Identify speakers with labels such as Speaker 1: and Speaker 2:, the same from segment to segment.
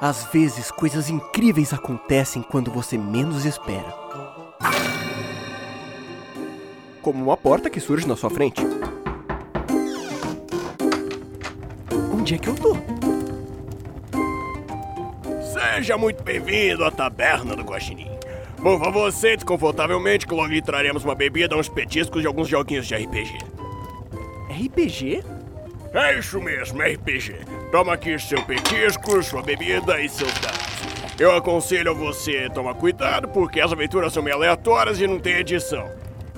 Speaker 1: Às vezes, coisas incríveis acontecem quando você menos espera. Como uma porta que surge na sua frente. Onde é que eu tô?
Speaker 2: Seja muito bem-vindo à taberna do Guaxinim. Por favor, sente confortavelmente que logo lhe traremos uma bebida, uns petiscos e alguns joguinhos de RPG.
Speaker 1: RPG?
Speaker 2: É isso mesmo, RPG. Toma aqui seu petisco, sua bebida e seus dados. Eu aconselho a você tomar cuidado, porque as aventuras são meio aleatórias e não tem edição.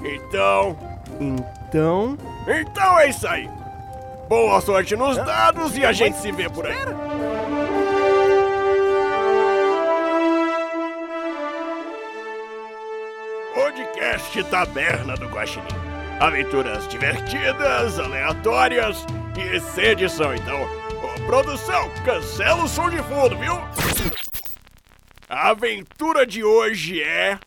Speaker 2: Então...
Speaker 1: Então.
Speaker 2: Então é isso aí. Boa sorte nos dados e a gente se vê por aí. Podcast Taberna do Guaxinim. Aventuras divertidas, aleatórias e sem edição, então. Ô, produção, cancela o som de fundo, viu? A aventura de hoje é...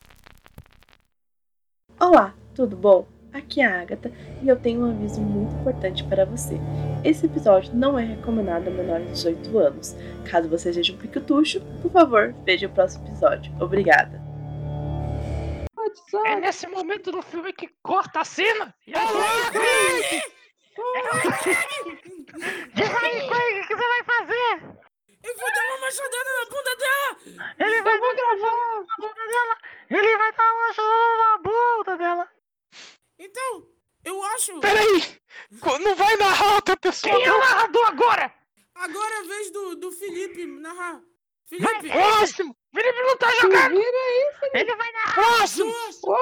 Speaker 3: Olá, tudo bom? Aqui é a Agatha e eu tenho um aviso muito importante para você. Esse episódio não é recomendado a menores de 18 anos. Caso você seja um piquetucho, por favor, veja o próximo episódio. Obrigada.
Speaker 4: É nesse momento do filme que corta a cena e É a
Speaker 5: É
Speaker 4: gente Diz aí, Craig, o que você vai fazer?
Speaker 5: Eu vou dar uma machadada na bunda dela!
Speaker 4: Ele vai dar gravar na bunda dela! Ele vai dar uma chorada na bunda dela!
Speaker 5: Então, eu acho.
Speaker 6: Peraí! Co- Não vai narrar outra pessoa,
Speaker 4: Quem é o
Speaker 6: não!
Speaker 4: narrador agora?
Speaker 5: Agora é a vez do, do Felipe narrar. Felipe!
Speaker 6: Próximo!
Speaker 4: É Felipe não tá jogando! Ele vai narrar!
Speaker 6: Próximo!
Speaker 4: Ô,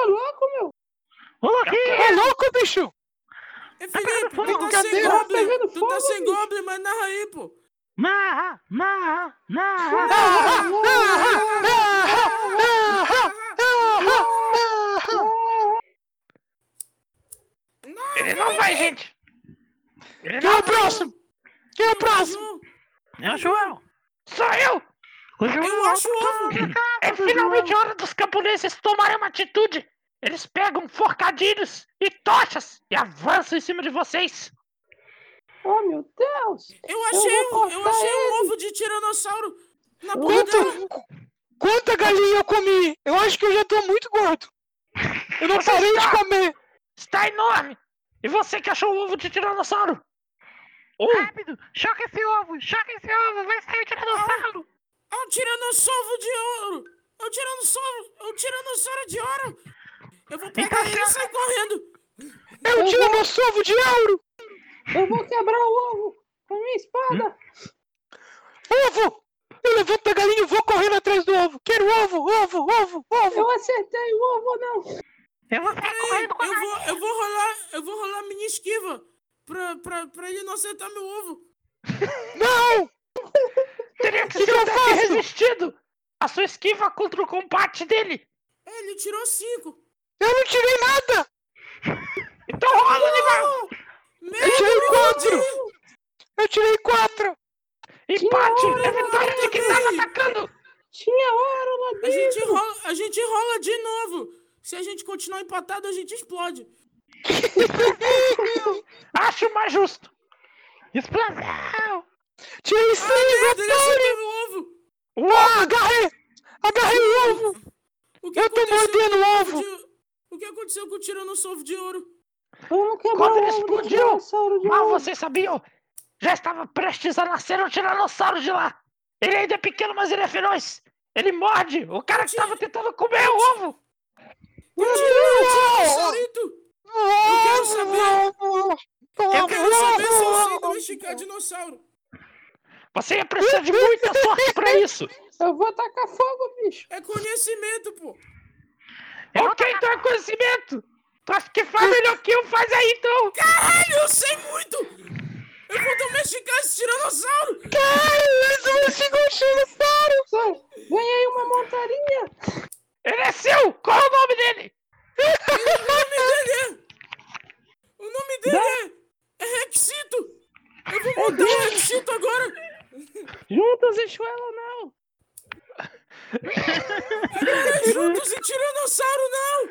Speaker 4: Luquinha!
Speaker 6: Ô louco, bicho! tá
Speaker 5: É Felipe! Tu tá sem
Speaker 6: brincadeira,
Speaker 5: goblin! Tu tá sem goblin, mas narra aí, pô!
Speaker 4: Narra! Narra! Narra!
Speaker 6: Narra, narra, narra, narra, narra.
Speaker 4: Ele não vai, gente! Ele
Speaker 6: Quem é
Speaker 4: não
Speaker 6: o próximo? Quem é o próximo?
Speaker 4: É o João! Sou eu! O João
Speaker 5: Eu
Speaker 4: não
Speaker 5: acho ovo!
Speaker 4: É finalmente hora dos camponeses tomarem uma atitude! Eles pegam forcadilhos e tochas e avançam em cima de vocês!
Speaker 5: Eu achei, um- eu achei um ovo de tiranossauro na bunda dela!
Speaker 6: Quanto, qu- quanta galinha eu comi? Eu acho que eu já tô muito gordo. Eu não
Speaker 4: Você
Speaker 6: parei de
Speaker 4: está-
Speaker 6: comer.
Speaker 4: Está enorme! E você que achou o ovo de tiranossauro? Rápido! Choca esse ovo! Choca esse ovo! Vai sair o tiranossauro!
Speaker 5: É um tiranossauro de ouro! É um tiranossauro! É um tiranossauro de ouro! Eu
Speaker 6: Então
Speaker 5: vou pegar ele e sair correndo!
Speaker 6: Eu tiro meu sovo de ouro. Eu vou quebrar o ovo com minha espada. Ovo! Eu levanto a galinha e vou correndo atrás do ovo. Quero ovo, ovo, ovo, ovo.
Speaker 4: Eu vou sair
Speaker 5: Peraí,
Speaker 4: correndo com
Speaker 5: eu
Speaker 4: a
Speaker 5: vou, eu vou rolar, eu vou rolar minha esquiva pra, pra, pra ele não acertar meu ovo!
Speaker 6: Não!
Speaker 4: Teria que
Speaker 6: que
Speaker 4: ser
Speaker 6: eu
Speaker 4: um ataque
Speaker 6: faço?
Speaker 4: resistido! A sua esquiva contra o combate dele!
Speaker 5: É, ele tirou cinco!
Speaker 6: Eu não tirei nada!
Speaker 4: Então rola, animal!
Speaker 5: Meu
Speaker 6: Eu tirei quatro! Eu tirei quatro!
Speaker 4: Empate! É vitória
Speaker 5: hora,
Speaker 4: de quem tava
Speaker 5: velho!
Speaker 4: atacando!
Speaker 5: A gente, rola, a gente rola de novo. Se a gente continuar empatado, a gente explode.
Speaker 4: Acho mais justo! Explosão!
Speaker 6: Tirei seis,
Speaker 5: Merda, ele
Speaker 6: otário!
Speaker 5: acertou meu ovo.
Speaker 6: Ah, agarrei! Agarrei o ovo!
Speaker 5: O que
Speaker 6: Eu tô
Speaker 5: aconteceu
Speaker 6: mordendo
Speaker 5: com
Speaker 6: o
Speaker 5: ovo
Speaker 6: ovo!
Speaker 5: de- O que aconteceu com o tiranossauro de ouro?
Speaker 4: Quando ele explodiu, mal vocês sabiam, já estava prestes a nascer um tiranossauro de lá. Ele ainda é pequeno, mas ele é feroz. Ele morde o cara que estava tentando comer o ovo.
Speaker 5: Tiranossaurito! Eu quero saber. Eu quero saber se eu sei domesticar dinossauro.
Speaker 4: Você ia precisar de muita sorte pra isso.
Speaker 5: É conhecimento, pô.
Speaker 4: ok, então é conhecimento. Tu acha que faz melhor que eu? Faz aí, então.
Speaker 5: Caralho, eu sei muito. Eu vou domesticar esse tiranossauro.
Speaker 4: Ele é seu. Qual é o nome dele?
Speaker 5: O nome dele é... O nome dele é... É Rexito. Eu vou mudar o Rexito agora.
Speaker 4: Juntas e Chuela, não.
Speaker 5: Juntos e Tiranossauro, não!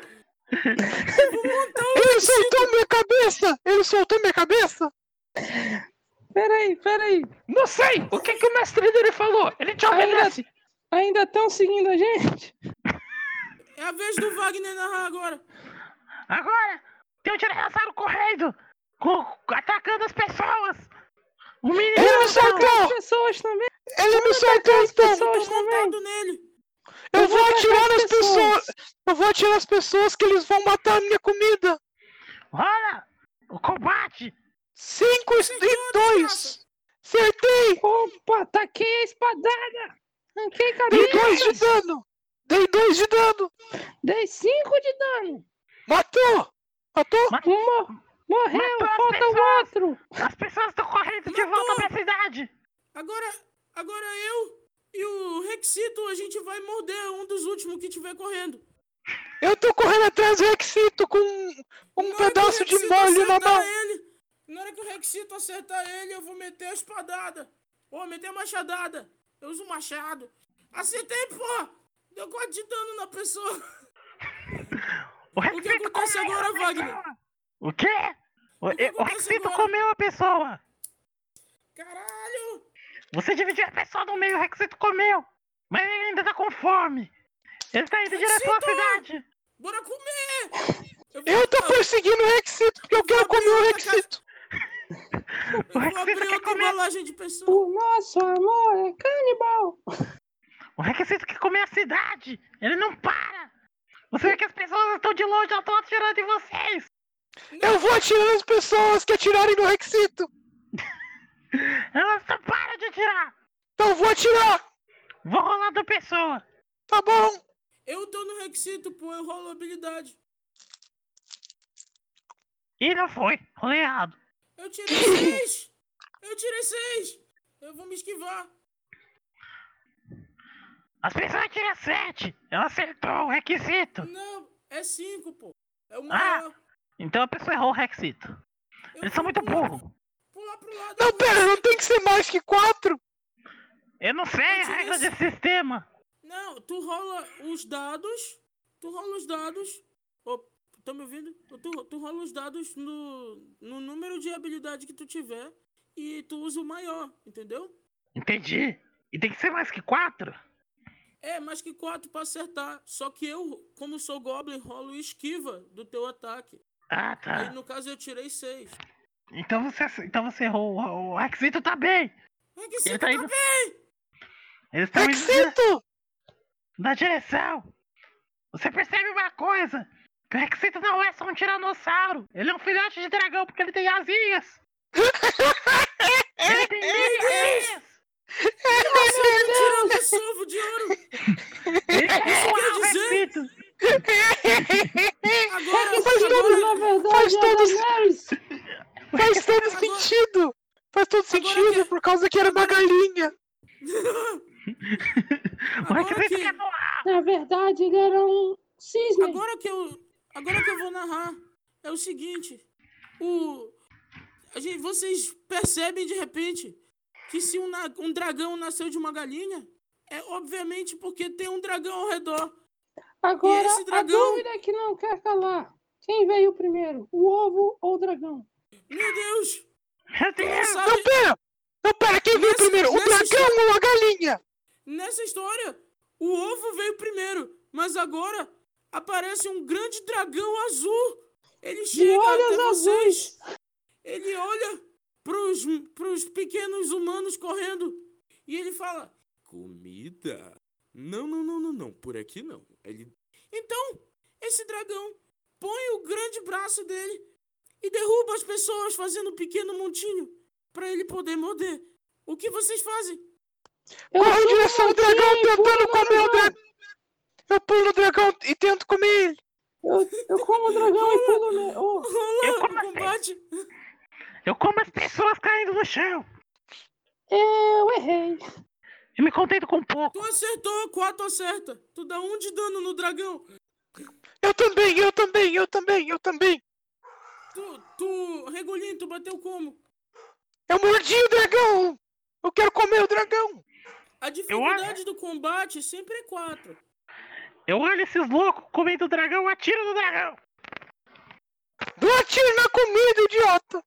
Speaker 5: um
Speaker 6: Ele soltou minha cabeça! Ele soltou minha cabeça!
Speaker 7: Peraí, peraí.
Speaker 4: Não sei! O que, que o mestre dele falou? Ele te
Speaker 7: Ainda-
Speaker 4: obedece!
Speaker 7: Ainda estão seguindo a gente?
Speaker 5: É a vez do Wagner narrar agora.
Speaker 4: Agora, tem um tiranossauro correndo, com- atacando as pessoas. O menino tá
Speaker 6: Ele me
Speaker 7: As
Speaker 6: soltou!
Speaker 8: é
Speaker 7: pessoas também.
Speaker 6: Ele me soltou
Speaker 7: as
Speaker 6: então!
Speaker 7: pessoas
Speaker 5: Tô
Speaker 7: também.
Speaker 5: montado nele.
Speaker 6: Eu vou atirar nas
Speaker 7: as
Speaker 6: pessoas! Eu vou atirar nas pessoas que eles vão matar a minha comida!
Speaker 4: Olha! O combate!
Speaker 6: Cinco e dois! Acertei!
Speaker 7: Opa, taquei a espadada. Tanquei
Speaker 6: Dei dois
Speaker 7: cabeça.
Speaker 6: de dano! Dei dois de dano!
Speaker 7: Dei cinco de dano.
Speaker 6: Matou! Matou?
Speaker 7: Mo- Morreu,
Speaker 4: Matou as
Speaker 7: falta o
Speaker 4: pessoas.
Speaker 7: outro.
Speaker 4: As pessoas estão correndo de volta pra cidade!
Speaker 5: Agora, agora eu e o Rexito, a gente vai morder um dos últimos que tiver correndo.
Speaker 6: Eu tô correndo atrás do Rexito com um- um
Speaker 5: é
Speaker 6: pedaço de
Speaker 5: tá
Speaker 6: molho na mão!
Speaker 5: Ele, na hora que o Rexito acertar ele, eu vou meter a espadada. Ou meter a machadada. Eu uso machado. Acertei, pô! Deu quase de dano na pessoa.
Speaker 4: O,
Speaker 5: O que
Speaker 4: Rexito
Speaker 5: acontece
Speaker 4: comeu a
Speaker 5: agora,
Speaker 4: é pessoa.
Speaker 5: Wagner?
Speaker 4: O quê? O,
Speaker 5: que
Speaker 4: e- o
Speaker 5: acontece
Speaker 4: Rexito
Speaker 5: agora?
Speaker 4: comeu a pessoa!
Speaker 5: Caralho!
Speaker 4: Você dividiu a pessoa no meio, o Rexito comeu! Mas ele ainda tá com fome! Ele tá indo em direção à
Speaker 5: Rexito!
Speaker 4: cidade!
Speaker 5: Bora comer! vou-
Speaker 6: Eu tô perseguindo o Rexito porque eu quero comer o Rexito!
Speaker 4: O
Speaker 5: Eu vou
Speaker 4: Rexito
Speaker 5: abrir
Speaker 4: quer
Speaker 5: outra
Speaker 4: comer!
Speaker 5: embalagem de pessoa.
Speaker 7: O nosso amor é canibal.
Speaker 4: O Rexito quer comer a cidade! Ele não para! Você vê que as pessoas estão de longe, elas estão atirando em vocês!
Speaker 6: Eu vou atirando as pessoas que atirarem no Rexito!
Speaker 4: Elas não param de atirar!
Speaker 6: Então eu vou atirar!
Speaker 4: Vou rolar da pessoa!
Speaker 6: Tá bom!
Speaker 5: Eu tô no Rexito, pô, eu rolo habilidade.
Speaker 4: Ih, não foi! Rolei errado!
Speaker 5: Eu tirei seis! Eu tirei seis! Eu vou me esquivar.
Speaker 4: As pessoas atiram sete! Ela acertou o Rexito!
Speaker 5: Não, é cinco, pô. É o
Speaker 4: Ah!
Speaker 5: maior.
Speaker 4: Então a pessoa errou o Rexito!
Speaker 5: Eu
Speaker 4: Eles
Speaker 5: vou
Speaker 4: são muito
Speaker 5: pular-
Speaker 4: burros!
Speaker 5: Pular pro lado. é
Speaker 6: Não,
Speaker 5: eu vou-
Speaker 6: pera, não tem que ser mais que quatro!
Speaker 4: Eu não sei a
Speaker 5: Antes
Speaker 4: regra
Speaker 5: disso-
Speaker 4: desse sistema!
Speaker 5: Não, tu rola os dados. Tu rola os dados. Ô, tá me ouvindo? Tu, tu rola os dados no, no número de habilidade que tu tiver. E tu usa o maior, entendeu?
Speaker 4: Entendi! E tem que ser mais que quatro?
Speaker 5: É, mais que quatro pra acertar. Só que eu, como sou Goblin, rolo esquiva do teu ataque.
Speaker 4: Ah,
Speaker 5: Aí,
Speaker 4: tá.
Speaker 5: no caso, eu tirei seis.
Speaker 4: Então você, ac- então você errou. O, o Rexito tá bem.
Speaker 5: É que você
Speaker 4: tá
Speaker 5: tá
Speaker 4: indo-
Speaker 5: bem!
Speaker 4: Eles
Speaker 6: É
Speaker 4: estão indo dire-
Speaker 6: Rexito!
Speaker 4: na direção. Você percebe uma coisa? Que o Rexito não é só um tiranossauro. Ele é um filhote de dragão porque ele tem asinhas. ele tem mil asinhas.
Speaker 5: né? Tirou o dissolvo de ouro!
Speaker 4: Ele é igual ao
Speaker 5: dizer?
Speaker 4: Rexito. É,
Speaker 5: Agora,
Speaker 4: tá
Speaker 6: Faz
Speaker 5: agora,
Speaker 6: todo,
Speaker 7: Na verdade,
Speaker 6: Faz
Speaker 7: é
Speaker 6: todo
Speaker 7: das
Speaker 6: sen-
Speaker 7: Marys.
Speaker 6: faz todo sentido! Faz todo sentido, por causa que era uma galinha!
Speaker 4: O
Speaker 5: agora
Speaker 4: Rexito
Speaker 5: que,
Speaker 4: quer voar.
Speaker 7: Na verdade, ele era um cisne.
Speaker 5: agora que eu. Agora que eu vou narrar, é o seguinte. O. a gente- vocês percebem de repente que se um, na- um dragão nasceu de uma galinha, é obviamente porque tem um dragão ao redor.
Speaker 7: Agora,
Speaker 5: E esse dragão?
Speaker 7: a dúvida é que não quer calar. Quem veio primeiro, o ovo ou o dragão?
Speaker 5: Meu Deus!
Speaker 4: Meu Deus.
Speaker 5: Sabe,
Speaker 6: Não, pera! Não, pera, quem veio
Speaker 5: Nessa-
Speaker 6: primeiro? O
Speaker 5: nessa
Speaker 6: dragão ou a galinha?
Speaker 5: Nessa história, o ovo veio primeiro, mas agora aparece um grande dragão azul. Ele chega
Speaker 7: olhos
Speaker 5: até vocês. Ele olha pros, pros pequenos humanos correndo e ele fala: Comida? Não, não, não, não, não, por aqui não. Ele... Então, esse dragão põe o grande braço dele e derruba as pessoas fazendo um pequeno montinho para ele poder morder. O que vocês fazem?
Speaker 7: Eu
Speaker 6: Corre em
Speaker 7: sou
Speaker 6: direção ao
Speaker 7: aqui,
Speaker 6: dragão tentando
Speaker 7: pulo no
Speaker 6: comer o
Speaker 7: dragão.
Speaker 6: dragão! Eu pulo o dragão e tento comer ele!
Speaker 7: Eu, eu como o dragão e pulo
Speaker 8: né?
Speaker 7: no... Oh,
Speaker 4: Eu
Speaker 5: Rola
Speaker 4: como
Speaker 5: o combate.
Speaker 4: Eu como as pessoas caindo no chão.
Speaker 7: eu errei.
Speaker 4: Eu me contento com pouco.
Speaker 5: Tu acertou, quatro acerta. Tu dá um de dano no dragão.
Speaker 6: Eu também, eu também, eu também, eu também!
Speaker 5: Tu, tu, Regulinho, tu bateu como?
Speaker 6: Eu mordi o dragão! Eu quero comer o dragão!
Speaker 5: A dificuldade do combate sempre é quatro.
Speaker 4: Eu olho esses loucos comendo o dragão, atiro no dragão.
Speaker 6: Não atire na comida, idiota!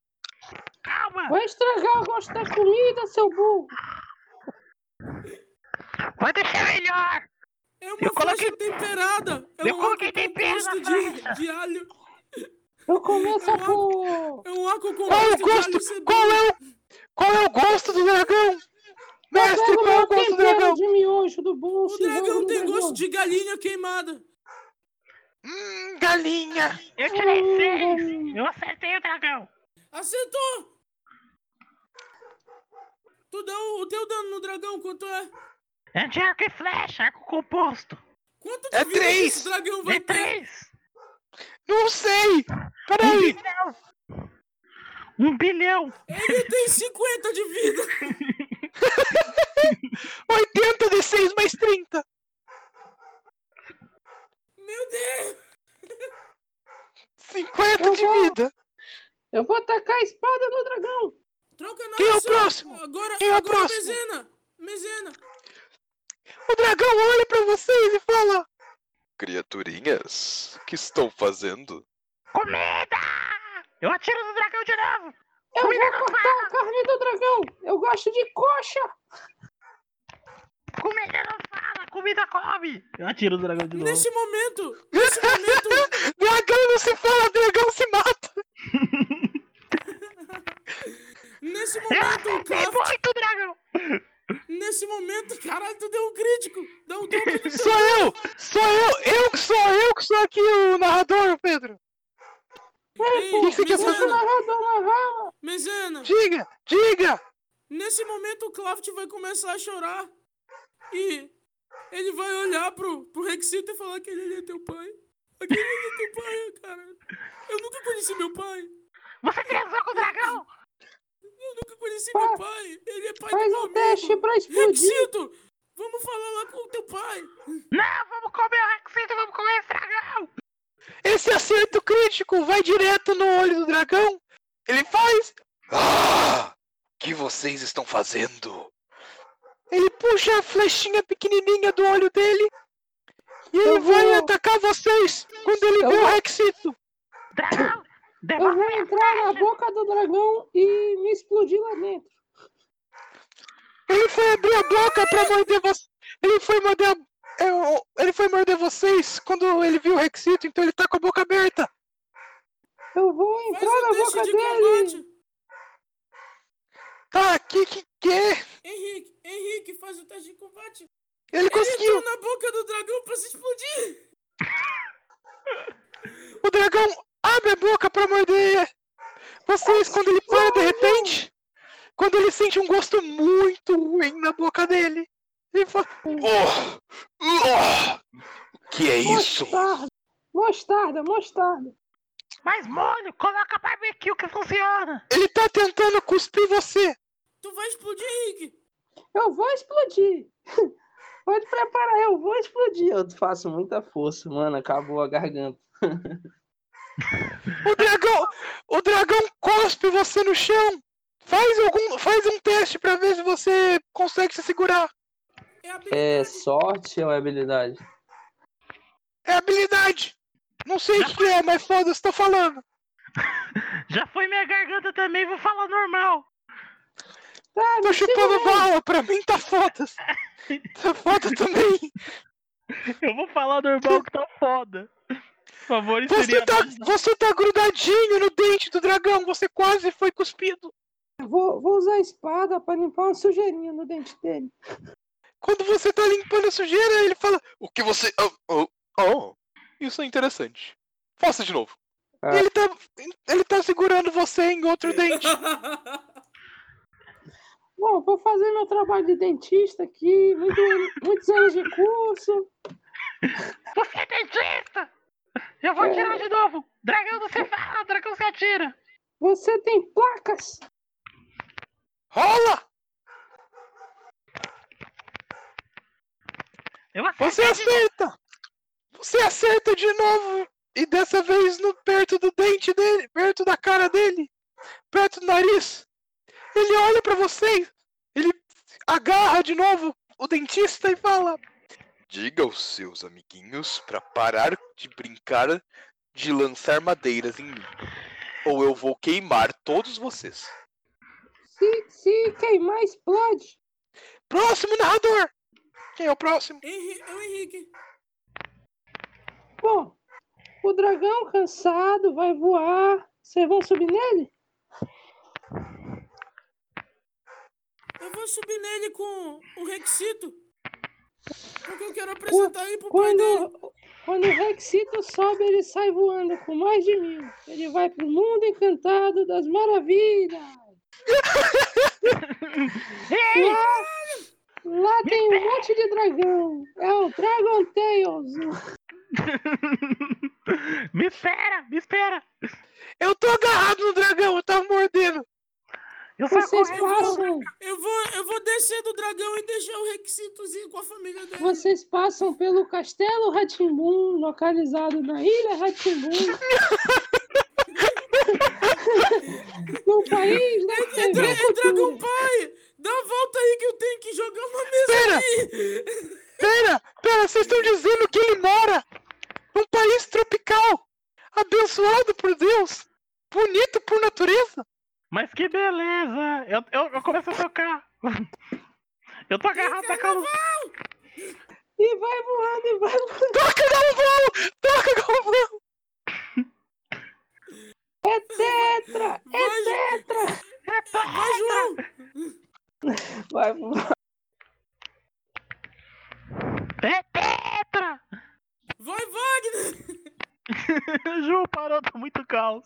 Speaker 4: Calma!
Speaker 8: Vai estragar o gosto da comida, seu burro.
Speaker 4: Vai deixar melhor!
Speaker 5: É uma
Speaker 4: Eu coloquei-
Speaker 5: flecha temperada. É
Speaker 4: Eu
Speaker 5: um
Speaker 4: coloquei
Speaker 5: arco
Speaker 4: tempero na
Speaker 5: composto de, de alho.
Speaker 8: Eu começo por...
Speaker 5: É um arco
Speaker 6: Qual é
Speaker 5: composto
Speaker 6: o
Speaker 5: de alho
Speaker 6: gosto?
Speaker 5: e
Speaker 6: Qual
Speaker 5: cebola.
Speaker 6: é o, qual é o gosto do dragão? Mestre,
Speaker 8: Pega
Speaker 6: qual é
Speaker 8: meu
Speaker 6: o gosto do
Speaker 8: tempero
Speaker 6: dragão?
Speaker 8: de miojo do bolso.
Speaker 5: O
Speaker 8: e joga
Speaker 5: dragão
Speaker 8: no
Speaker 5: tem
Speaker 8: dragão.
Speaker 5: gosto de galinha queimada.
Speaker 6: Hum, galinha.
Speaker 4: Eu tirei
Speaker 8: Hum,
Speaker 4: seis!
Speaker 8: hum.
Speaker 4: Eu acertei o dragão!
Speaker 5: Acertou! Tu dá o, o teu dano no dragão, quanto é?
Speaker 4: É de arco e flecha, arco composto!
Speaker 5: Quanto de
Speaker 6: É
Speaker 5: vida
Speaker 6: três.
Speaker 5: esse dragão
Speaker 4: De
Speaker 5: vai ter?
Speaker 4: três!
Speaker 6: Não sei. Peraí.
Speaker 4: Um bilhão!
Speaker 5: Ele tem 50 de vida.
Speaker 6: Hum. 80 de 6 mais 30.
Speaker 5: Meu Deus!
Speaker 6: 50 de
Speaker 8: vou-
Speaker 6: vida.
Speaker 8: Eu vou tacar a espada no dragão.
Speaker 5: Troca na
Speaker 6: Quem é o
Speaker 5: ação.
Speaker 6: próximo?
Speaker 5: Agora,
Speaker 6: Quem é o
Speaker 5: agora
Speaker 6: próximo?
Speaker 5: Mezena. Mezena.
Speaker 6: O dragão olha pra vocês e fala:
Speaker 9: Criaturinhas, o que estão fazendo?
Speaker 4: Comida! Eu atiro no dragão de novo!
Speaker 8: Eu vou cortar a carne do dragão. Eu gosto de coxa.
Speaker 4: Comida não fala, comida come! Eu atiro no dragão de novo.
Speaker 5: Nesse momento, nesse momento,
Speaker 6: Dragão não se fala, dragão se mata.
Speaker 5: nesse
Speaker 4: Eu
Speaker 5: momento, o
Speaker 4: acertei
Speaker 5: Croft
Speaker 4: muito, dragão!
Speaker 5: Nesse momento, caralho, tu deu um crítico! Dá um deu um crítico!
Speaker 6: Sou eu, sou eu, eu que sou eu que sou aqui o narrador, Pedro.
Speaker 5: Ei,
Speaker 6: o que você quer
Speaker 8: Deixa o
Speaker 5: Mezena,
Speaker 8: narrador narrar.
Speaker 5: Mezena,
Speaker 6: Diga, diga.
Speaker 5: nesse momento o Claft vai começar a chorar e ele vai olhar pro, pro Rexito e falar que ele é teu pai. Aquele ali é teu pai, cara. Eu nunca conheci meu pai.
Speaker 4: Você transou com o dragão!
Speaker 5: Eu nunca conheci meu pai. Ele é pai
Speaker 8: Faz
Speaker 5: do
Speaker 8: um
Speaker 5: meu
Speaker 8: teste
Speaker 5: amigo.
Speaker 8: pra explodir.
Speaker 5: Rexito, vamos falar lá com o teu pai.
Speaker 4: Não, vamos comer o Rexito, vamos comer esse dragão!
Speaker 6: Esse acerto crítico vai direto no olho do dragão. Ele faz,
Speaker 9: Ah! O que vocês estão fazendo?
Speaker 6: ele puxa a flechinha pequenininha do olho dele e ele
Speaker 8: Eu
Speaker 6: vai
Speaker 8: vou-
Speaker 6: atacar vocês quando ele
Speaker 8: Eu
Speaker 6: vê o
Speaker 8: vou-
Speaker 6: Rexito.
Speaker 4: Dragão!
Speaker 8: Eu
Speaker 4: Devolve
Speaker 8: vou entrar na boca do dragão e me explodir lá dentro.
Speaker 6: Ele foi abrir a boca pra morder vocês. Ele foi morder. a- é, o- Ele foi morder vocês quando ele viu o Rexito, então ele tá com a boca aberta.
Speaker 8: Eu vou
Speaker 5: Faz
Speaker 8: entrar
Speaker 5: um
Speaker 8: na
Speaker 5: teste
Speaker 8: boca
Speaker 5: de
Speaker 8: dele.
Speaker 5: combate.
Speaker 6: Tá, que que que?
Speaker 5: Henrique, Henrique, faz o teste de combate.
Speaker 6: Ele
Speaker 5: Ele
Speaker 6: conseguiu!
Speaker 5: entrou na boca do dragão pra se explodir.
Speaker 6: O dragão abre a boca pra morder vocês quando ele para de repente. Quando ele sente um gosto muito ruim na boca dele. Ele fala,
Speaker 9: Oh! Oh! O que é isso?
Speaker 6: ah,
Speaker 8: Mostarda. Mostarda, mostarda.
Speaker 4: mais molho, coloca barbecue que funciona!
Speaker 6: ele tá tentando cuspir você.
Speaker 5: Tu vai explodir, Henrique.
Speaker 8: Eu vou explodir. Pode preparar, eu vou explodir. Eu faço muita força, mano. Acabou a garganta.
Speaker 6: O dragão, o dragão cospe você no chão. Faz algum, faz um teste pra ver se você consegue se segurar.
Speaker 5: É a habilidade.
Speaker 10: É sorte ou é habilidade?
Speaker 6: É habilidade. Não sei o que que é, mas foda-se, tô falando.
Speaker 4: Já foi minha garganta também, vou falar normal!
Speaker 8: Tá,
Speaker 6: Tô
Speaker 8: me
Speaker 6: chupando
Speaker 8: segura.
Speaker 6: bala, pra mim tá foda-se. Tá foda também.
Speaker 4: Eu vou falar normal que tá foda! Por favor, isso
Speaker 6: Você
Speaker 4: seria um.
Speaker 6: tá, você tá grudadinho no dente do dragão, você quase foi cuspido.
Speaker 8: Eu Vou, vou usar a espada pra limpar uma sujeirinha no dente dele.
Speaker 6: Quando você tá limpando a sujeira, ele fala:
Speaker 9: O que você. Oh, oh, oh.
Speaker 6: Isso é interessante. Faça de novo.
Speaker 10: Ah.
Speaker 6: E Ele tá, ele tá segurando você em outro dente.
Speaker 8: Bom, vou fazer meu trabalho de dentista aqui. muito ano- muitos anos de curso.
Speaker 4: Você é dentista! Eu vou tirar de novo! Dragão você fala, dragão você atira!
Speaker 8: Você tem placas.
Speaker 6: Rola!
Speaker 4: Eu acertei
Speaker 6: Você
Speaker 4: de
Speaker 6: acerta! Você acerta de novo! E dessa vez no, perto do dente dele, perto da cara dele, perto do nariz. Ele olha pra você, ele agarra de novo o dentista e fala:
Speaker 9: Diga aos seus amiguinhos para parar de brincar de lançar madeiras em mim. ou eu vou queimar todos vocês.
Speaker 8: Se, se queimar, explode.
Speaker 6: Próximo narrador! Quem é o próximo?
Speaker 5: Henri- é o Henrique.
Speaker 8: Bom, o dragão cansado vai voar. Vocês vão subir nele?
Speaker 5: Eu vou subir nele com o Rexito. Porque eu quero apresentar ele pro pai dele.
Speaker 8: Quando, quando o Rexito sobe, ele sai voando com mais de mil. Ele vai pro mundo encantado das maravilhas. lá, lá tem um monte de dragão. É o Dragon Tales.
Speaker 4: Me espera, me espera.
Speaker 6: Eu tô agarrado no dragão, eu tava mordendo.
Speaker 4: Eu saio
Speaker 8: Vocês
Speaker 4: correndo.
Speaker 8: passam,
Speaker 5: Eu vou, eu vou descer do dragão e deixar o Rexitozinho com a família dele.
Speaker 8: vocês passam pelo Castelo Ratimbum, localizado na Ilha Ratimbum. no país né, da
Speaker 5: É, dra
Speaker 8: TV
Speaker 5: é Dragon
Speaker 8: Cultura.
Speaker 5: Pai! Dá a volta aí que eu tenho que jogar uma mesa
Speaker 6: Pera!
Speaker 5: aqui!
Speaker 6: Pera, pera, vocês estão dizendo que ele mora num país tropical, abençoado por Deus, bonito por natureza.
Speaker 4: Mas que beleza! Eu, eu, eu começo a tocar. Eu tô agarrado da cama.
Speaker 8: E vai voando, e vai voando.
Speaker 6: Toca galvão! Toca galvão!
Speaker 8: É tetra!
Speaker 5: Vai, Ju-
Speaker 8: É tetra!
Speaker 5: vai, João!
Speaker 7: Vai voar.
Speaker 4: É tetra!
Speaker 5: Vai, Wagner!
Speaker 4: Ju, parou, tá muito caos.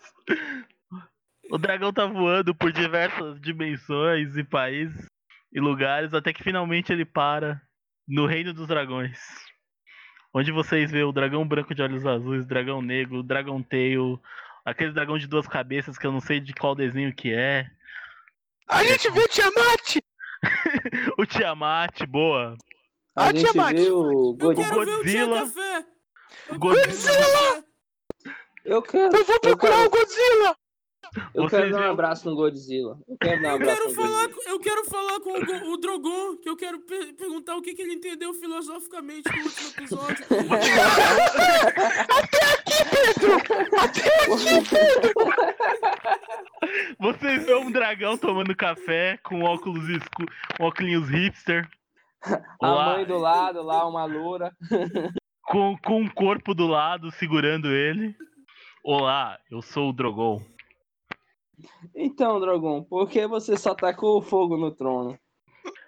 Speaker 4: O dragão tá voando por diversas dimensões e países e lugares até que finalmente ele para no Reino dos Dragões. Onde vocês vê o dragão branco de olhos azuis, o dragão negro, o dragão tail, aquele dragão de duas cabeças que eu não sei de qual desenho que é.
Speaker 6: A gente vê Tiamat!
Speaker 4: O Tiamat, boa.
Speaker 6: Ah,
Speaker 11: A gente
Speaker 6: Tiamat.
Speaker 11: vê o
Speaker 5: Eu
Speaker 11: God...
Speaker 5: quero ver o Tia
Speaker 4: Godzilla.
Speaker 5: Café! Eu
Speaker 4: Godzilla.
Speaker 5: quero ver o Tia Café.
Speaker 11: Eu quero,
Speaker 6: Eu vou procurar o Godzilla!
Speaker 11: eu
Speaker 4: Vocês
Speaker 11: quero dar
Speaker 4: viram?
Speaker 11: um abraço no Godzilla. Eu quero dar um
Speaker 5: Eu
Speaker 11: abraço no
Speaker 5: quero
Speaker 11: Godzilla.
Speaker 5: falar, com- eu quero falar com o, Go- o Drogon, que eu quero pe- perguntar o que, que ele entendeu filosoficamente no último episódio.
Speaker 4: Vocês vê um dragão tomando café com óculos escuros, óculos hipster.
Speaker 11: A
Speaker 4: Lá-
Speaker 11: mãe do lado, lá, uma loura.
Speaker 4: com, com um corpo do lado segurando ele. Olá, eu sou o Drogon.
Speaker 11: Então, Drogon, por que você só tacou fogo no trono?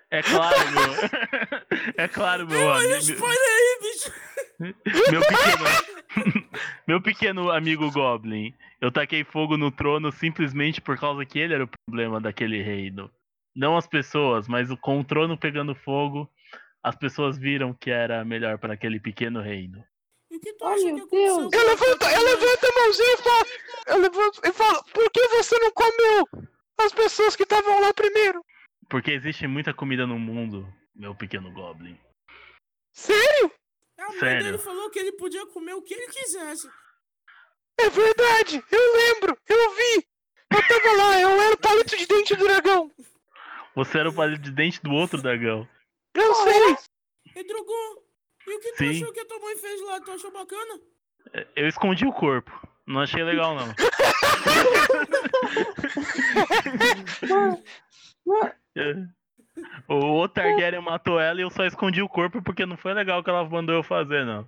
Speaker 4: É claro, meu. é claro, meu
Speaker 5: Olha o
Speaker 4: amigo.
Speaker 5: spoiler aí, bicho!
Speaker 4: Meu pequeno. meu pequeno amigo Goblin. Eu taquei fogo no trono simplesmente por causa que ele era o problema daquele reino. Não as pessoas, mas o- com o trono pegando fogo, as pessoas viram que era melhor para aquele pequeno reino.
Speaker 5: E o que tu
Speaker 8: Ai,
Speaker 5: acha
Speaker 8: meu
Speaker 5: que aconteceu?
Speaker 8: Deus.
Speaker 5: com
Speaker 6: Eu
Speaker 5: o
Speaker 6: levanto, eu
Speaker 5: Dragon?
Speaker 6: levanto a mãozinha e falo, eu levanto e falo, por que você não comeu as pessoas que estavam lá primeiro?
Speaker 4: Porque existe muita comida no mundo, meu pequeno Goblin.
Speaker 6: Sério?
Speaker 5: A mãe
Speaker 4: Sério.
Speaker 5: dele falou que ele podia comer o que ele quisesse.
Speaker 6: É verdade, eu lembro, eu vi. Eu tava lá, eu era o palito de dente do dragão.
Speaker 4: Você era o palito de dente do outro dragão.
Speaker 6: Eu sei. é
Speaker 5: E Drogon, e o que tu
Speaker 4: Sim.
Speaker 5: achou que a tua mãe fez lá? Tu achou bacana?
Speaker 4: Eu escondi o corpo. Não achei legal, não.
Speaker 8: Mano, mano,
Speaker 4: O outro Targaryen matou ela e eu só escondi o corpo porque não foi legal o que ela mandou eu fazer, não.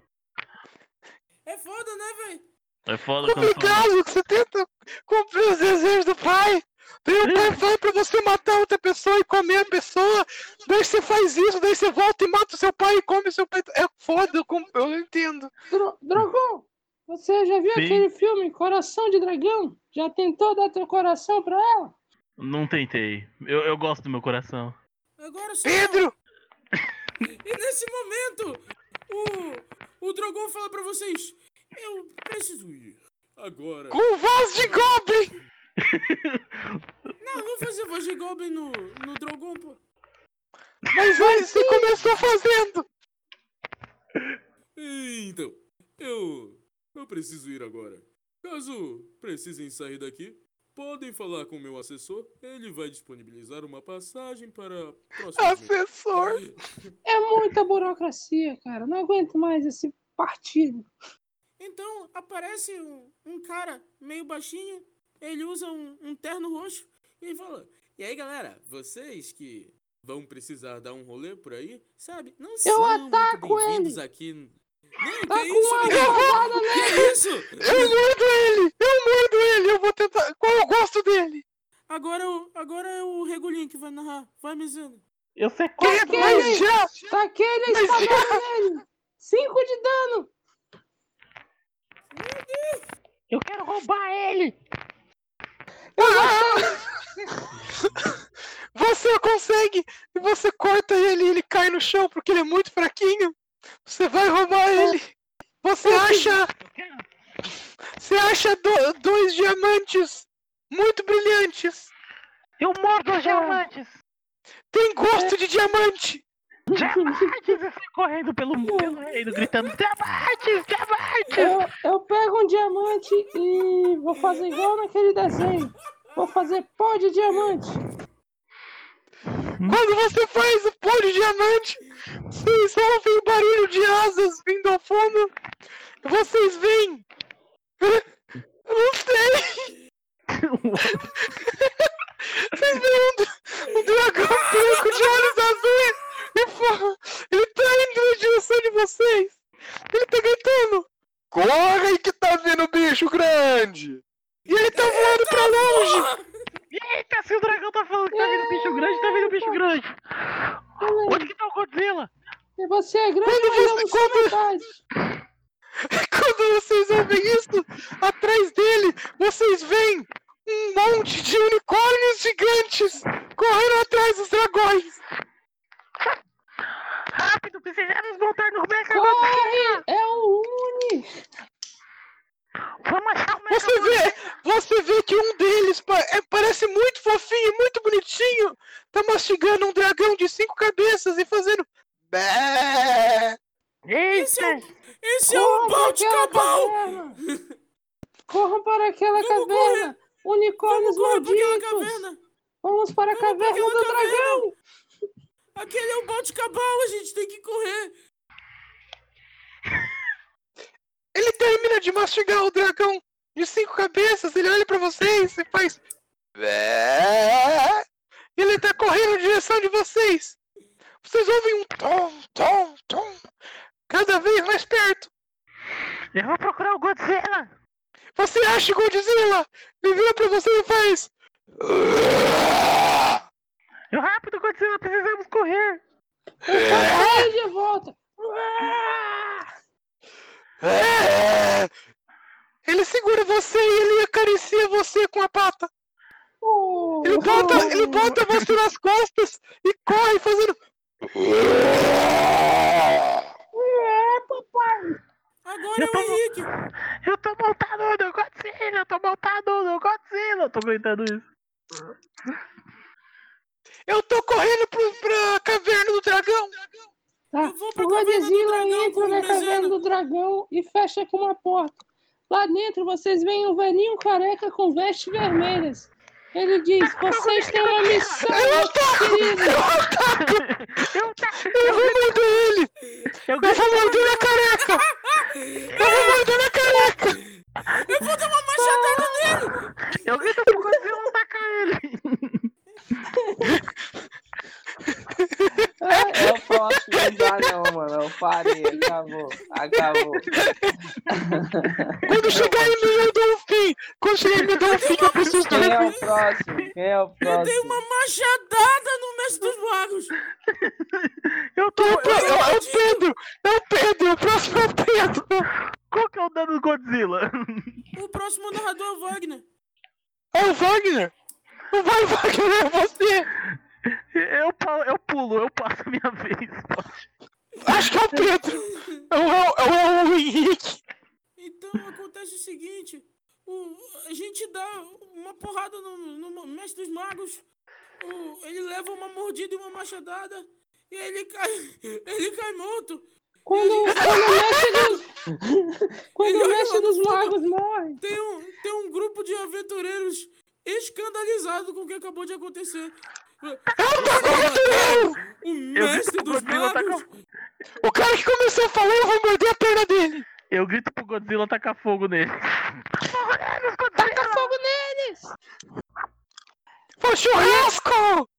Speaker 5: É foda, né, velho?
Speaker 4: É foda quando tu-
Speaker 6: complicado que você tenta cumprir os desejos do pai. Daí o pai fala pra você matar outra pessoa e comer a pessoa. Daí você faz isso, daí você volta e mata o seu pai e come o seu pai. É foda, eu, com- eu não entendo.
Speaker 8: Dro- Drogon, você já viu
Speaker 4: Sim.
Speaker 8: aquele filme Coração de Dragão? Já tentou dar teu coração pra ela?
Speaker 4: Não tentei. Eu, eu gosto do meu coração.
Speaker 5: Agora só.
Speaker 6: Pedro,
Speaker 5: E nesse momento, o, o Drogon fala pra vocês: Eu preciso ir. Agora.
Speaker 6: com voz de Goblin!
Speaker 5: Não, Ah, eu vou fazer voz de Goblin no, no Drogon, pô.
Speaker 6: Mas aí você começou fazendo.
Speaker 5: Então, eu. Eu preciso ir agora. Caso precisem sair daqui, podem falar com meu assessor. Ele vai disponibilizar uma passagem para. Próximo.
Speaker 6: Assessor.
Speaker 8: É muita burocracia, cara. Não aguento mais esse partido.
Speaker 5: Então aparece um, um cara meio baixinho, ele usa um, um terno roxo e ele fala: E aí, galera, vocês que vão precisar dar um rolê por aí, sabe? Não são muito
Speaker 8: ataco
Speaker 5: bem-vindos
Speaker 8: ele.
Speaker 5: aqui. Não,
Speaker 8: Tá
Speaker 5: que
Speaker 8: com
Speaker 5: isso,
Speaker 8: uma
Speaker 5: menino?
Speaker 8: espada
Speaker 5: Que É isso?
Speaker 6: Eu mordo ele! Eu mordo ele! Eu vou tentar. Qual eu gosto dele?
Speaker 5: Agora, o- agora é o Regulinho que vai narrar. Vai, Mizano.
Speaker 4: Eu
Speaker 6: é
Speaker 4: sequestro
Speaker 8: Taquei,
Speaker 6: Mas
Speaker 8: ele-
Speaker 6: já!
Speaker 8: taquei ele a
Speaker 6: Mas
Speaker 8: espada nele! Cinco de dano!
Speaker 4: Eu quero roubar ele!
Speaker 6: Ah! Você consegue! E você corta ele e ele cai no chão porque ele é muito fraquinho. Você vai roubar ele. Você acha. Você acha do- dois diamantes muito brilhantes.
Speaker 4: Eu mordo os diamantes!
Speaker 6: Tem gosto de diamante.
Speaker 4: Diamantes! Eu saio correndo pelo, pelo reino, gritando: Diamantes! Diamantes!
Speaker 8: Eu, eu pego um diamante e vou fazer igual naquele desenho. Vou fazer pó de diamante.
Speaker 6: Quando você faz o pó de diamante, vocês ouvem o barulho de asas vindo ao fundo. Vocês veem. Eu não sei. Vocês veem um, um dragão branco de olhos azuis. E fala, ele tá indo na direção de vocês. Ele tá gritando. Corre que tá vindo bicho grande. E ele tá voando pra longe.
Speaker 4: Eita, se o dragão tá falando que tá vindo bicho grande, tá vindo bicho grande! Onde que tá o Godzilla?
Speaker 8: E você é grande,
Speaker 6: Quando
Speaker 8: mas eu
Speaker 6: você
Speaker 8: não sou
Speaker 6: compra-
Speaker 8: metade.
Speaker 6: Quando vocês ouvem isso, atrás dele, vocês veem um monte de unicórnios gigantes correndo atrás dos dragões.
Speaker 4: Rápido, precisamos voltar no Megalodon!
Speaker 8: Corre! É o Uni!
Speaker 4: Vamos achar o
Speaker 6: Você
Speaker 4: Megalodon!
Speaker 6: vê, você vê que um deles pa- é- parece muito fofinho, muito bonitinho, tá mastigando um dragão de cinco cabeças e fazendo. "Bé".
Speaker 5: Esse é,
Speaker 4: Eita!
Speaker 5: o- esse é um
Speaker 8: para
Speaker 5: pau de
Speaker 8: aquela
Speaker 5: cabal!
Speaker 8: caverna! Corram para aquela
Speaker 5: Vamos
Speaker 8: caverna! Unicórnios
Speaker 5: Vamos correr pra aquela
Speaker 8: malditos!
Speaker 5: caverna!
Speaker 8: Vamos para a
Speaker 5: Vamos pra
Speaker 8: caverna do
Speaker 5: aquela caverna!
Speaker 8: dragão!
Speaker 5: Aquele é o pau de cabal, a gente tem que correr!
Speaker 6: Ele termina de mastigar o dragão de cinco cabeças, ele olha pra vocês e faz. "Bé". Ele tá correndo em direção de vocês. Vocês ouvem um tom, tom, tom, cada vez mais perto.
Speaker 4: Eu vou procurar o Godzilla!
Speaker 6: Você acha o Godzilla? Ele vira pra vocês e faz.
Speaker 4: Eu rápido, Godzilla, precisamos correr!
Speaker 8: Corre de volta!
Speaker 6: Ele segura você e ele acaricia você com a pata. Ele bota, ele bota você nas costas e corre fazendo.
Speaker 8: É, papai!
Speaker 5: Agora
Speaker 4: Eu
Speaker 5: é
Speaker 4: tô-
Speaker 5: o Henrique!
Speaker 4: Eu tô montado no Godzilla, eu tô montado no Godzilla! Eu tô gritando isso.
Speaker 6: Eu tô correndo pro, pra caverna do dragão.
Speaker 8: Tá.
Speaker 5: Eu vou pra
Speaker 8: O
Speaker 5: caverna do
Speaker 8: Godzilla
Speaker 5: dragão
Speaker 8: entra
Speaker 5: com
Speaker 8: na
Speaker 5: o desenho.
Speaker 8: caverna do dragão e fecha com uma porta. Lá dentro vocês veem um velhinho careca com vestes vermelhas. Ele diz:
Speaker 5: Ah,
Speaker 8: Vocês têm uma missão, meus queridos!
Speaker 4: Eu, tá-
Speaker 6: Eu vou morder ele.
Speaker 4: eu
Speaker 6: Eu
Speaker 4: grito,
Speaker 6: vou morder a careca. Eu vou morder a careca.
Speaker 5: Eu vou dar uma machadada nele!
Speaker 4: eu grito pro Godzilla atacar ele!
Speaker 7: Eu o próximo, não dá não, mano. Eu parei, acabou, acabou.
Speaker 6: Quando chegar em mim, eu dou um fim. Quando chegar em mim, eu dou um fim. Eu preciso de
Speaker 7: Quem é
Speaker 6: um
Speaker 7: o próximo? Quem é o
Speaker 5: Eu dei
Speaker 7: próximo?
Speaker 5: uma machadada no mestre dos magos!
Speaker 4: Eu tô.
Speaker 6: É o é o Pedro. É o Pedro. O próximo é o Pedro.
Speaker 4: Qual que é o dano do Godzilla?
Speaker 5: O próximo narrador é o Wagner!
Speaker 6: É o Wagner. Não vai, Wagner. É você.
Speaker 4: Eu, pa- eu pulo, eu passo a minha vez.
Speaker 6: Acho que é o Pedro. É o, é o, é o Henrique.
Speaker 5: Então acontece o seguinte: o- a gente dá uma porrada no, no mestre dos magos, o- ele leva uma mordida e uma machadada, e aí ele cai, ele cai morto.
Speaker 8: Quando, quando o mestre dos, quando o mestre dos magos morre,
Speaker 5: Tem um, tem um grupo de aventureiros escandalizados com o que acabou de acontecer. é, O mestre
Speaker 4: Eu
Speaker 5: dos
Speaker 4: grito pro Godzilla
Speaker 5: magos!
Speaker 4: tacar.
Speaker 6: O cara que começou a falar, eu vou morder a perna dele.
Speaker 4: Eu grito pro Godzilla tacar fogo nele. Taca fogo nele!
Speaker 12: Foi churrasco!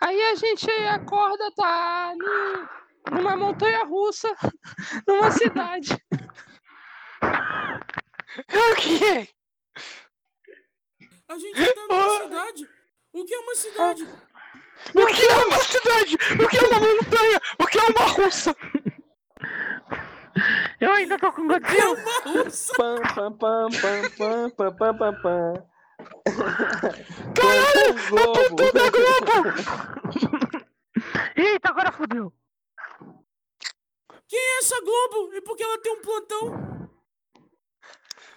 Speaker 8: Aí a gente acorda, tá no- numa montanha russa, numa cidade.
Speaker 6: É
Speaker 12: O quê?
Speaker 5: A gente tá
Speaker 8: Ah!
Speaker 5: numa cidade. O que é uma cidade?
Speaker 12: O que é uma cidade? O que é uma montanha? O que é uma russa?
Speaker 4: Eu ainda tô com
Speaker 5: É
Speaker 4: gotinha.
Speaker 5: uma russa.
Speaker 13: Pam, pam, pam, pam, pam, pam, pam, pam, pam.
Speaker 12: Caralho!
Speaker 13: Globo.
Speaker 12: O Tutu da Globo!
Speaker 4: Eita, agora fodeu.
Speaker 5: Quem é essa Globo? E por que ela tem um plantão?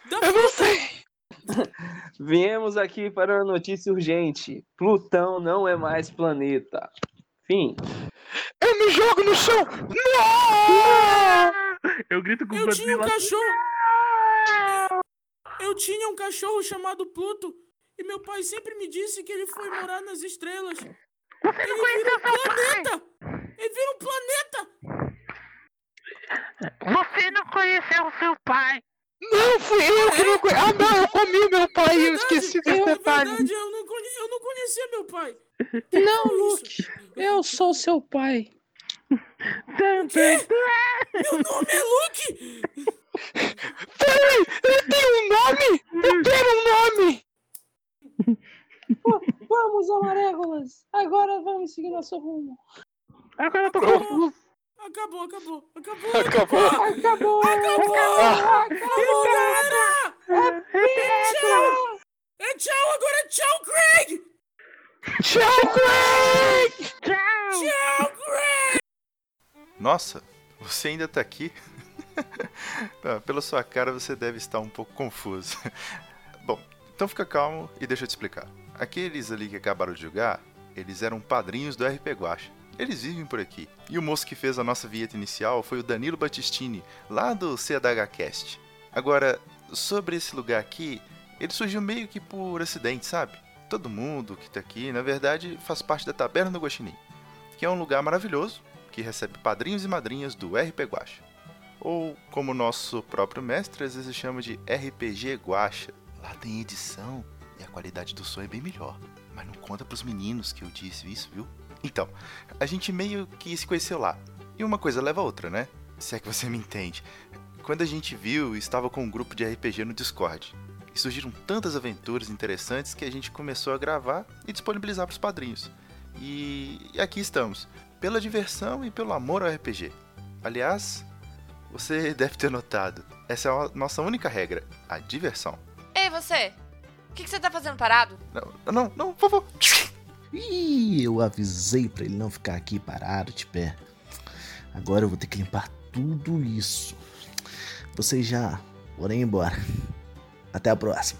Speaker 5: Da
Speaker 12: Eu não sei!
Speaker 13: Viemos aqui para uma notícia urgente. Plutão não é mais planeta. Fim.
Speaker 12: Eu me jogo no chão! Não!
Speaker 4: Eu grito com
Speaker 5: Eu tinha um
Speaker 4: Godzilla.
Speaker 5: cachorro. Eu tinha um cachorro chamado Pluto. E meu pai sempre me disse que ele foi morar nas estrelas.
Speaker 4: Você não
Speaker 5: Ele
Speaker 4: conheceu
Speaker 5: vira um planeta! Ele vira um planeta!
Speaker 4: Você não conheceu seu pai.
Speaker 12: Não, fui eu que não conheci. Ah, não, eu comi meu pai e eu esqueci desse
Speaker 5: Na
Speaker 12: detalhe.
Speaker 5: verdade, eu não, conhe- eu não conhecia meu pai.
Speaker 8: Não,
Speaker 5: Isso.
Speaker 8: Luke, eu sou seu pai.
Speaker 4: Tum, tum, tum.
Speaker 5: Meu nome é Luke!
Speaker 12: Peraí, ele tem um nome? Eu tenho um nome!
Speaker 8: Vamos, Amarégolas! Agora vamos seguir nosso rumo.
Speaker 4: Agora eu tô confuso.
Speaker 5: Acabou, acabou, acabou.
Speaker 12: Acabou.
Speaker 8: Acabou!
Speaker 5: Acabou, galera! Tchau! É tchau, agora é tchau, Craig!
Speaker 12: Tchau, Craig!
Speaker 4: Tchau.
Speaker 5: Tchau, Craig!
Speaker 6: Nossa, você ainda tá aqui? Ah, Pela sua cara, você deve estar um pouco confuso. Bom, então fica calmo e deixa eu te explicar. Aqueles ali que acabaram de jogar, eles eram padrinhos do RP Guacha. Eles vivem por aqui. E o moço que fez a nossa vinheta inicial foi o Danilo Battistini, lá do CDHcast. Agora, sobre esse lugar aqui, ele surgiu meio que por acidente, sabe? Todo mundo que tá aqui, na verdade, faz parte da Taberna do Guaxinim, que é um lugar maravilhoso que recebe padrinhos e madrinhas do RP Guacha. Ou, como nosso próprio mestre às vezes chama de RPG Guacha. Lá tem edição e a qualidade do som é bem melhor. Mas não conta pros meninos que eu disse isso, viu? Então, a gente meio que se conheceu lá. E uma coisa leva a outra, né? Se é que você me entende. Quando a gente viu, estava com um grupo de RPG no Discord. E surgiram tantas aventuras interessantes que a gente começou a gravar e disponibilizar pros padrinhos. E e aqui estamos, pela diversão e pelo amor ao RPG. Aliás, você deve ter notado, essa é a nossa única regra, a diversão.
Speaker 14: Ei, você! O que, que você tá fazendo parado?
Speaker 6: Não, não, não, por favor.
Speaker 15: Ih, eu avisei pra ele não ficar aqui parado de pé. Agora eu vou ter que limpar tudo isso. Vocês já foram embora. Até a próxima.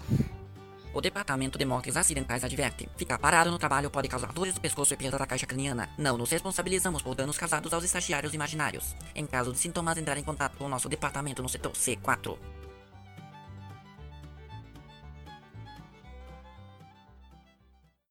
Speaker 16: O Departamento de Mortes Acidentais adverte: ficar parado no trabalho pode causar dores do pescoço e perda da caixa craniana. Não nos responsabilizamos por danos causados aos estagiários imaginários. Em caso de sintomas, entrar em contato com o nosso departamento no setor C4.